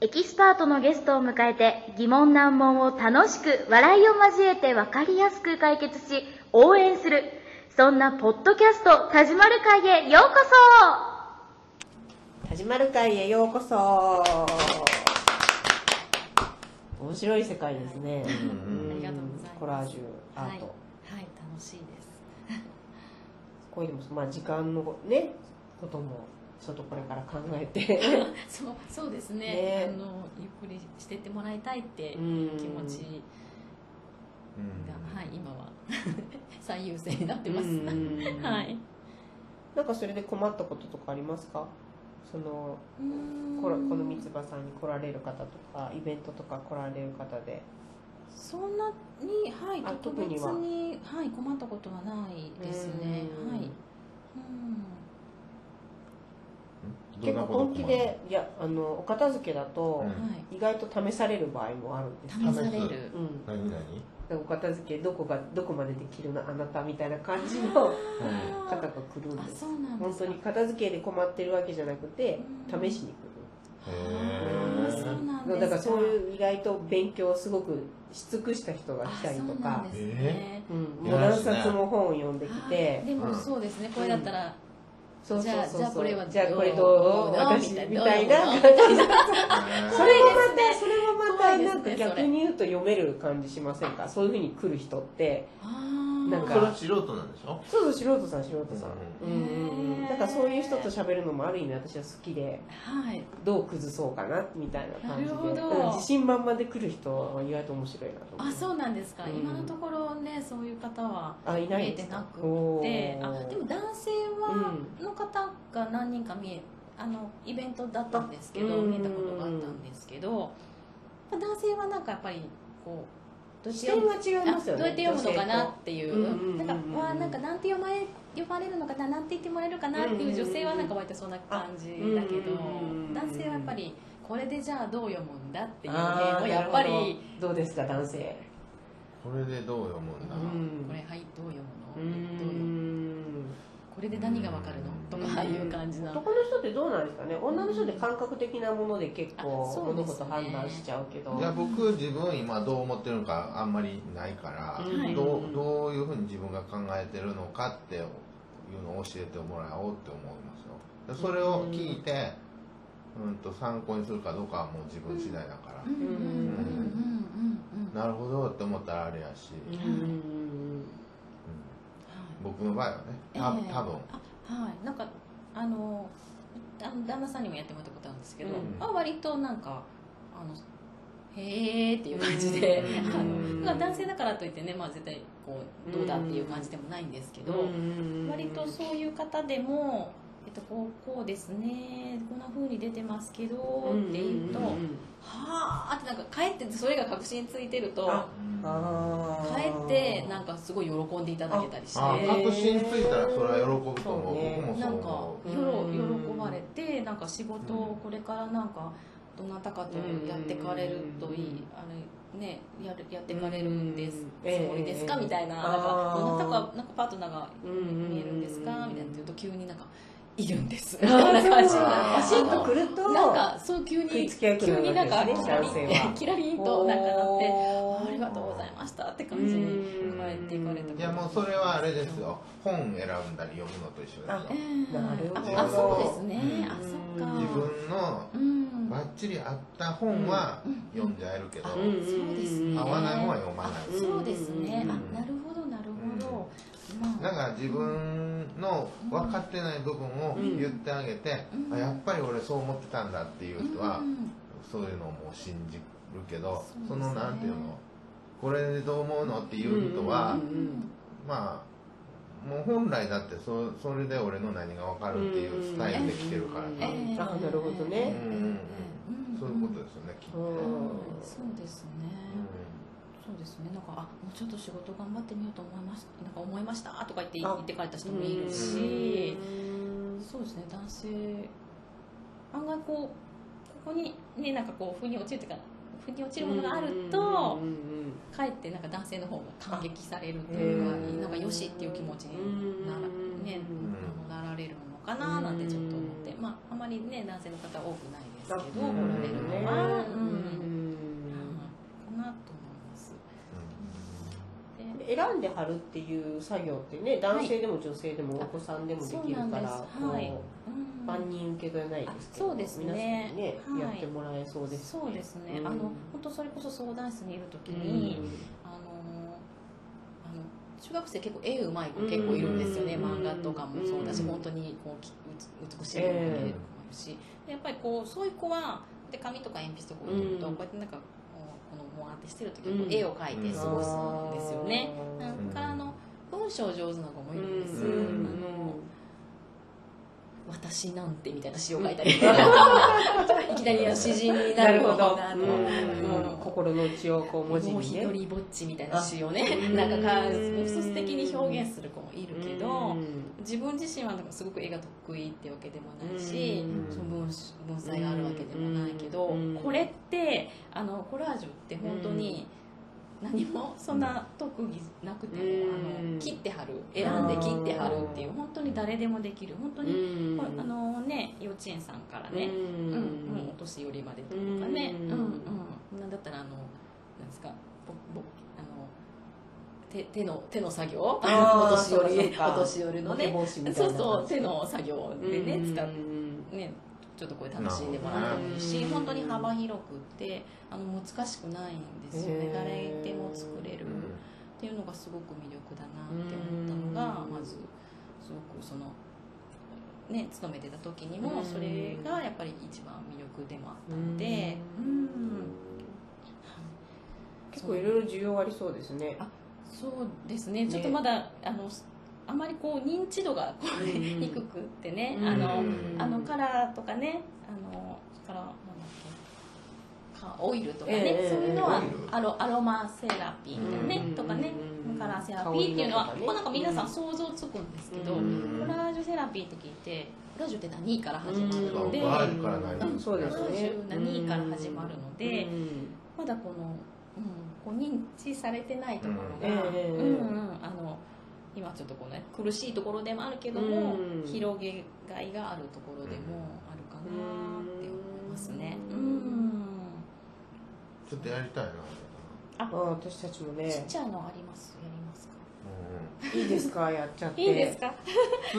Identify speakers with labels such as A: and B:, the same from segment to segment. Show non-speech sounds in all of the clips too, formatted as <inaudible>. A: エキスパートのゲストを迎えて疑問難問を楽しく笑いを交えて分かりやすく解決し応援するそんなポッドキャスト「田島る会」へようこ
B: そ始まる会へようこそ面白い世界ですね、
C: ありがとうございます
B: コラージュア
C: はい、は
B: ー
C: い
B: ト、、
C: 楽しいです。
B: こういうのも、まあ、時間のねこともちょっとこれから考えて
C: そう、そうです <laughs> ね。
B: ね
C: あの、ゆっくりしてってもらいたいって
B: う
C: 気
B: ん
C: 持ちが、
D: うん
C: はい、今は <laughs> 最優先になって
B: う
C: ます。
B: ん
C: <laughs> はい。
B: なんかそれで困ったこととかありますかそのこらこの三つ葉さんに来られる方とかイベントとか来られる方で
C: そんなに、はい、
B: あ
C: 特
B: 特
C: 別
B: に
C: に
B: は
C: はい、困ったことはないですね。
B: うん
C: はい。うん
B: 結構本気
D: どんなこと困る
B: でいやあのお片付けだと、
D: うん
C: はい。
B: 意外と試される場合もあるんです
C: 試され
D: 試
C: る
D: す。
B: うん、だか
D: 何々
B: らお片付けどこがどこまでできるのあなたみたいな感じの
C: あ
B: 方
C: ー
B: が来るん
C: あ、
B: です
C: そうなんで
B: 本
C: す
B: 当
C: か
B: に。片付けで困ってるわけじゃなくて
C: うん
B: 試しに来
D: へ
C: あ
D: え
C: ーそうなんで
B: る
C: すか。
B: だからそういう意外と勉強をすごくし尽くした人が来たりと
C: あそうな
B: か
C: んですね。
B: うんもう何冊も本を読んでき
C: は
B: て
C: いでも
D: うん
C: そうですね、これだったら、
B: そうそうそう
C: じゃあじゃあこれは
B: じゃあこれど
C: ど
B: う
C: う
B: 私
C: どう
B: みたいな
C: ど
B: 感じ
C: う
B: でそ
D: そ
B: れ
D: れ
B: がまたそれもま
C: 怖
B: た
C: いで
B: な
C: す
B: んか
C: ね
B: 逆
C: それ
B: に言うと読める感じしませんかそういうふうに来る人って
C: あ
B: なん
C: ー
B: か
D: それは素人なんでしょ
B: そうそう素人さん素人さんう
C: うんん
B: うんうん
C: へー
B: だからそういう人と喋るのもある意味私は好きで
C: はい、
B: どう崩そうかなみたいな感じで
C: なるほど
B: うん自信満々で来る人は意外と面白いなと思
C: あそううなんですか、
B: うん
C: 今のところねそういう方は
B: あい
C: 見
B: ない
C: え
B: んで
C: て
B: す
C: な
B: か
C: く
B: お
C: て
B: ー
C: あでも男性は、の方が何人か見えあのイベントだったんですけど、
B: うん
C: 見えたことがあったんですけど、まあ男性はなんかやっぱりこうどう
B: 視
C: やっ
B: 点
C: て
B: が違いますよね
C: どうやって読むのかなっていう、
B: 女性とうん
C: なんか
B: うんうんうん
C: わあなんかなんて読まれ呼ばれるのかななんて言ってもらえるかなっていう女性はなんか割とそんな感じだけど、
B: あうんうんうんうん
C: 男性はやっぱりこれでじゃあどう読むんだっていうゲ
B: あー
C: ームをやっぱり
B: なるほどどうですか男性
D: これでどう読むんだ
B: うん
C: これはいどう読
B: う
C: むのどう読む
B: ん
C: これで何がわかるのとかああいう感じなの
B: 男の人ってどうなんですかね女の人って感覚的なもので結
C: あ
B: 構
C: そう
B: 物
C: ですね
B: 事判断しちゃうけど
D: いや僕自分今どう思ってるのかあんまりないから、
B: はい
D: どうどういうふうに自分が考えてるのかっていうのを教えてもらおうって思いますよでそれを聞いて、うん、と参考にするかどうかはもう自分次第だから、
C: うんうんうんうんうんは
D: なるほどって思ったらあれやし、
B: う
D: うん
B: ん
D: 僕の場合はね
C: い
D: た、
C: ええ
D: 多分
C: あはいなんかあのあの旦那さんにもやってもらったことあるんですけど、
B: うん
C: まあ、割となんかあのへえっていう感じで、
D: う
C: あの
D: ん
C: まあ男性だからといってね、まあ、絶対こうどうだっていう感じでもないんですけど、割とそういう方でも、えっと、こうこうですねこんな風に出てますけどって言うと、
B: んん
C: は
B: ん
C: あってなんかかえってそれが確信ついてると
B: あ
D: あ
B: あー
C: かえってなんかすごい喜んでいただけたりして。
D: あ
B: へー
D: 確信ついたらそれは喜ぶと思
B: そう
D: う
B: ね
D: 僕も
C: な
D: そうん
C: か
D: 思
C: 喜
B: うん
C: 喜ばれてなんか仕事をこれからなんかどなたかとやってかれるとい
B: うん
C: いあれねやるやってかれるんです
B: うん
C: つもりですか
B: ええ
C: みたいな
B: ええ
C: なん
B: あ
C: か
B: ー
C: どなたかなんかパートナーが
B: うんうん
C: 見えるんですかみたいな言うと急になんかいるんです
B: あ
C: みたいな感じ
B: そうなん
C: にな
B: だ
C: っ
B: パシッとくると
C: なんかそう急
B: 食い
C: に
B: つき役
C: 急になんか
D: ね
C: キラリンっ
D: 男性
C: て
D: は
C: <laughs> キラリンとなんかなって
B: お
C: あ
B: ー
C: ありがとうございましたって感じに言われていかれたこと
D: ういやもうそれはあれですよ本選んだり読むのと一緒
B: あ
D: ですよ
C: ええ
B: なるほど
C: ああそうですね、
D: うん
C: あそっか
B: うん
D: 自分の
C: うん
D: バッチリ合った本は
C: うんうん
D: 読んじゃえるけど、
C: あ
B: うん
C: そうですね
D: 合わない本は読まない
C: あそうですね、
D: うん
C: あなるほどなるほど、ま
D: だ
C: あ
D: から自分の分かってない部分を
B: うん
D: 言ってあげて、
C: うん
D: あやっぱり俺そう思ってたんだっていう人は、
C: うん
D: そういうのをもう信じるけど
C: そうですね
D: そのなんていうのこれでどう思うのっていう人は、
B: うんうん
D: まあもう本来だってそそれで俺の何が分かるっていうスタイルで来てるから
B: うん
D: さ、
C: ええ
B: あなるほどね
D: うんうんうんそういうことですよねきっと、
B: う
D: うん
C: うん
B: ん
C: そうですね、そうですねなんかあもうちょっと仕事頑張ってみようと思いましたなんか思いましたとか言って
B: あ
C: 言って帰った人もいるし、そうですね男性案外こうここにねなんかこう腑に落ちるというか腑に落ちるものがあると、
B: うんうん
C: かえってなんか男性の方が感激されるというか
D: うん
C: なんかよしっていう気持ちになら,、ね
B: うん
C: あのなられるのかななんてちょっと思って、まあ、あまりね男性の方多くないですですけど、
B: うん
C: 来られるのは、うん
B: うん
C: かなと思います。で
B: 選んで貼るっていう作業ってね男性でも女性でもお子さんでもできるか
C: そうなんで
B: ら、
C: す
B: こう
C: はいうん
B: 万人受けじゃないですけど
C: あそうですね
B: 皆さんにね、
C: はい
B: やってもらえそうですね
C: そうですね、
B: うん
C: あの本当それこそ相談室にいる時
B: うん
C: に、あのあの中学生結構絵うまい子結構いるんですよね、
B: うん
C: 漫画とかもそうだし、
D: うん
C: 本当にこうき美しい絵を描ける子もいるし、でやっぱりこうそういう子はで紙とか鉛筆とかを入れると、
B: うん
C: こうやってなんかこうこのもわーってしてる時にこう絵を描いて過ごすんですよね、
B: あ
C: な
B: ー
C: んかあの文章上手な子もいるんです、
B: うん
C: あの私なんてみたいな詩を書いたり、いきなり詩人にな
B: な
C: る
B: るほ
C: ほど
B: ど、
C: なと
B: う
C: 思って
B: んうん心の内をこう文字
C: もう
B: に
C: 一
B: ね
C: 人ぼっちみたいな
B: あ
C: 詩をね
D: う
C: <laughs>
D: ん
C: なんかか
B: うん
C: 素敵に表現する子もいるけ
B: う
C: ど
B: ん
C: 自分自身はなんかすごく絵が得意ってわけでもないし
B: うん
C: その文章文才があるわけでもないけど
B: うん
C: これってあのコラージュって本当に何もそんな特技なくてもあ
B: う
C: の
B: ん
C: 切って貼る選んで切って貼るっていう本当に誰でもできる本当にこれあのね幼稚園さんからね、
B: うん
C: うんもうお年寄りまでとかね、
B: う
C: うんんうんなんだったらあのなんですかぼぼあの手手の手の作業お
B: あー
C: 年
B: そ
C: 寄
B: う
C: り
B: かそうか
C: お年寄りのね
B: ボケ防止みたいな
C: そうそう手の作業でね、使っ
B: うん
C: ねちょっとこれ楽しんでもらってもいいし、
B: うん
C: 本当に幅広くってあの難しくないんですよね
B: へー
C: 誰でも作れる。っていうのがすごく魅力だなって思ったのが
B: うん
C: まずすごくそのね勤めてた時に
B: う
C: も
B: ん
C: それがやっぱり一番魅力でもあったので
B: う
C: うんん、
B: 結構いろいろ需要ありそうですね
C: あそうですね
B: ね
C: ちょっとまだあのあまりこう認知度がこう
B: うん
C: 低くってね、
B: うん
C: あの
D: うん
C: あのカラーとかねあのカラーなんだっけかオイルとかね、
B: ええ
C: そういうのは
D: オイル
C: アロアロマセラピーみたいなね、
B: うん
C: とかね
B: うん
C: カラーセラピーっていうのは
B: 香りのとかね
C: こうなんか皆さん想像つくんですけど、
B: うん
C: コラージュセラピーと聞いてコラージュって何から始まる
D: う
C: の
D: ん
C: で、
D: コラージュからなりますね
B: そうですね
C: コラージュ何から始まるので
B: うん
C: まだこの、うん、こう認知されてないところが、
B: うんええ
C: うんうんあの今ちょっとこうね苦しいところでもあるけども、
B: うん
C: 広げがいがあるところでもあるかなって思いますね。
B: う
C: うんん
D: ちょっとやりたいな。
B: あ私たちもね
C: ちっちゃいのありますやりますか
D: う
B: いいですかやっちゃって
C: いいですか、
D: ん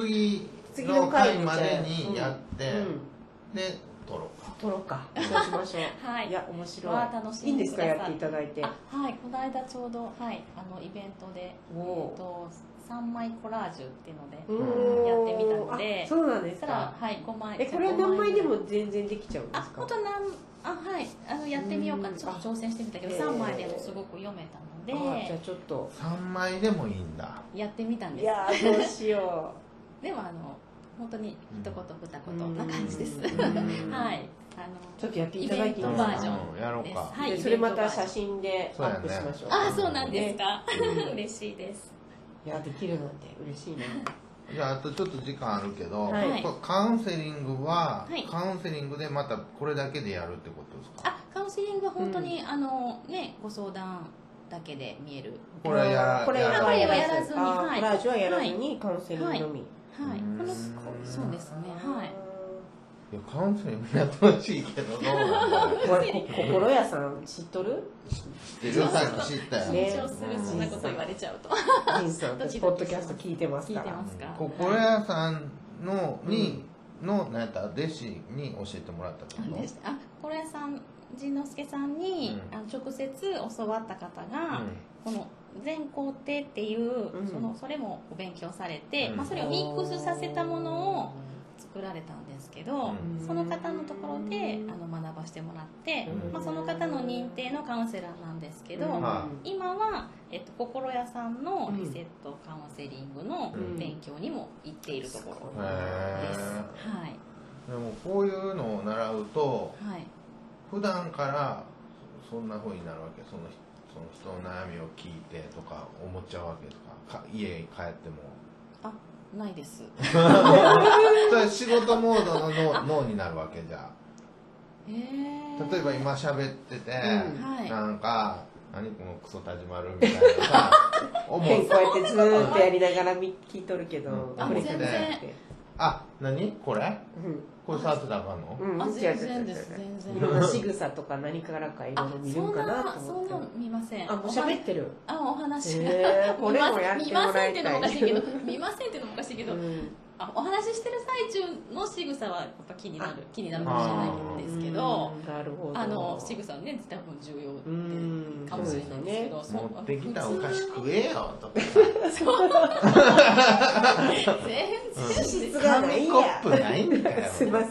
D: 次の回までにやって、
B: うん
D: で、撮ろうか。
B: 撮ろうかそうしましょう
C: はい
B: いや面白い
C: わあ楽し
B: いいん
C: ん
B: で
C: ですく
B: か
C: ださい
B: やっていただいて
C: あはいこの間ちょうど、はい、あのイベントで、え
B: おー
C: ー、と3枚コラージュっていうので
B: うん
C: やってみたので
B: あそうなんで
C: そし
B: す
C: たら
B: か、
C: はい、5枚
B: えこれは何枚でも全然できちゃうんで
C: あ
B: すか
C: 本当なんあはいあのやってみようか
B: うん
C: ちょっと挑戦してみたけど
B: あ
C: 3枚でもすごく読めたので、
B: あじゃあちょっと
D: 3枚でもいいんだ。
C: やってみたん
B: い
C: です
B: やーどうしよ
C: でもあの本当に一言
B: う
C: 二言な感じです
B: う
C: <laughs> はい
B: ん
C: あの
B: ちょっとやっていただいていい
C: イベントバージョン
D: うんやろうか。
C: はい
B: でそれまた写真でア
D: そうや
B: ッ
D: ね
B: プしましょう
C: あそうなんですか、
D: うん
C: 嬉しいです
B: いやできるなんて嬉しいな
D: じゃああとちょっと時間あるけど、
B: はい
D: これカウンセリングは、
C: はい
D: カウンセリングでまたこれだけでやるってことですか
C: あカウンセリングは本当に、あのねご相談だけで見える
D: これはやら
B: <laughs> これ
C: あこ
B: は
C: れ
B: や
C: はや
B: ら
C: ら
B: ず
C: ず
B: に
C: に
B: あ
C: は
B: コ
C: い
B: ラージュはやらずにカウンセリングのみ
C: はいう
D: ーん
C: この
D: すごいな
C: そうですねはい
D: いやカウンセリングやってほしいけどどうなんだろう
B: こ <laughs> れこ心屋さん知っとる
C: <laughs>
D: 知ってるさっき知ったよ、
B: ね
C: 緊張する
D: うん
C: そんなこと言われちゃうと
B: ジンさん
C: ドキ
B: ポ
C: ド
B: ッ
C: キ
B: ドキャ
C: します
B: スト聞いてます
C: 聞い
B: か
C: てま
B: ら
C: すか
D: 心屋さんのに、のなんやったら弟子に教えてもらったってこ
C: で
D: と
C: したあこれさん陣之助さんに、
D: うん
C: あの直接教わった方が、この全工程っていう、
B: うん
C: そのそれもお勉強されて、
D: うん
C: まあ、それをミックスさせたものを作られたんですけど、
D: う
C: その方のところであの学ばしてもらって、
D: うん
C: まあ、その方の認定のカウンセラーなんですけど、
B: うん
D: は
C: 今は、えっと、心屋さんのリセットカウンセリングの
D: うん
C: 勉強にも行っているところ
D: へ
C: です、
D: え
C: はい
D: でもこういうのを習うと
C: はい
D: 普段からそんな風になるわけその人その人の悩みを聞いてとか思っちゃうわけとかか家に帰
C: <laughs>
D: っても
C: あないです
D: それ仕事モードの脳脳になるわけじゃ
C: えー
D: 例えば今喋ってて、
C: はい
D: なんか何このクソ始まるみたいな
C: <laughs>
D: さ思
B: こう
D: う
B: やってずーっとやりながら見聞いとるけど
D: うん
B: これ
D: あ全
C: 然
D: あ何これ
B: う
D: これ触ってたらあかんの、
B: ん、うん、
C: あ
B: 違う違う
C: 全然です
B: 違う違う
C: 全
B: い
C: 然
B: ろんな仕草とか何からかいろい
C: あ
B: ろ見
C: そ
B: るん
C: ん
B: かな
C: な
B: と
C: そ
B: 思って
C: んな見ません
B: あもう喋っ
C: お話
B: てる
C: あお話、
B: へ
C: <laughs>
B: ーこれもやって
C: 見
B: も
C: ま
B: ら
C: せんっ
B: い
C: ていうの
B: たい
C: もおかしいけど見ませんっていうのもおかしいけど、
B: うん
C: あお話ししてる最中の仕草はやっぱ気になる気になるかもしれないんですけど
B: うんなるほど
C: あの仕草はね多分重要
B: う
C: って
B: ん
C: かもしれないんですけど、そ
D: 持
C: う
D: ってきたお菓子
C: 普通
D: 食えよとかさ
C: 全 <laughs> 然
B: がない
D: 紙
B: や
D: コップないんだよ
B: すいません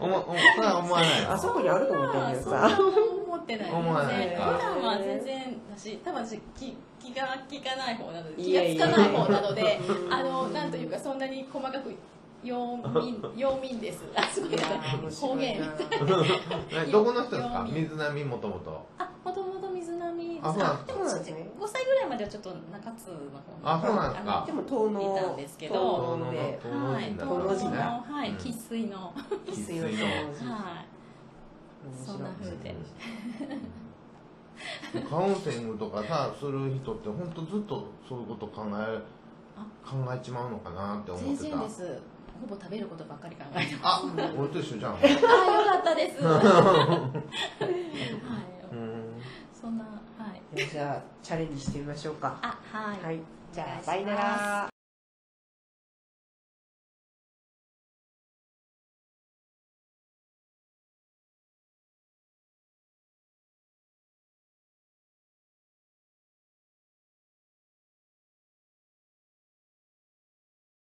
D: おもおもそれは思わないの
B: あそこにあると思ったんだけど
C: そんな
B: さ
C: 思ってない
D: 思わない
C: 全然
D: か
C: 普段は全然だし多分私気気が利かない方なので
B: い
C: 気が
B: やい
C: つ
B: や
C: か
B: いや
C: ない方なのであのなんというかそんなに細かく要民要民ですあすご
B: い
C: い
B: やー面
C: 方
B: 白い
C: 言
B: な
D: えどこの人ですか
C: 読み
D: 水波もともと
C: あもともと水波です
D: あそうなんです
C: で
D: か
C: も
B: そうなんで
C: ちっ
B: す
C: ちゃい
B: ね
C: 5歳ぐらいまではちょっと中津の方
D: あそうなんですか
C: あの
B: でも東能
C: いたんですけど
B: 東能で
D: 東能
C: はい
D: 人だ
C: 東
D: ったん
C: 能
D: です
C: の
D: ね
C: はい
D: うん
C: 生粋の
D: 生粋の
B: 必要な文字
C: はい
B: 面
C: そ
B: 白
C: んない風で
D: うんカウンセリングとかさする人って本当ずっとそういうこと考え
C: あ
D: 考えちまうのかなって思
C: 全
D: ってた
C: 然ですほぼ食べることばっかり考えてます
D: あ俺と一緒じゃん
C: あ
D: <laughs>
C: ーよかったです。はい、
D: うん
C: そんな、はい。
B: じゃあチャレンジしてみましょうか
C: あ、はい。
B: はいじゃあ
C: お
B: バ
C: 願い
B: イ
C: しま
B: ナ
C: す
B: ラ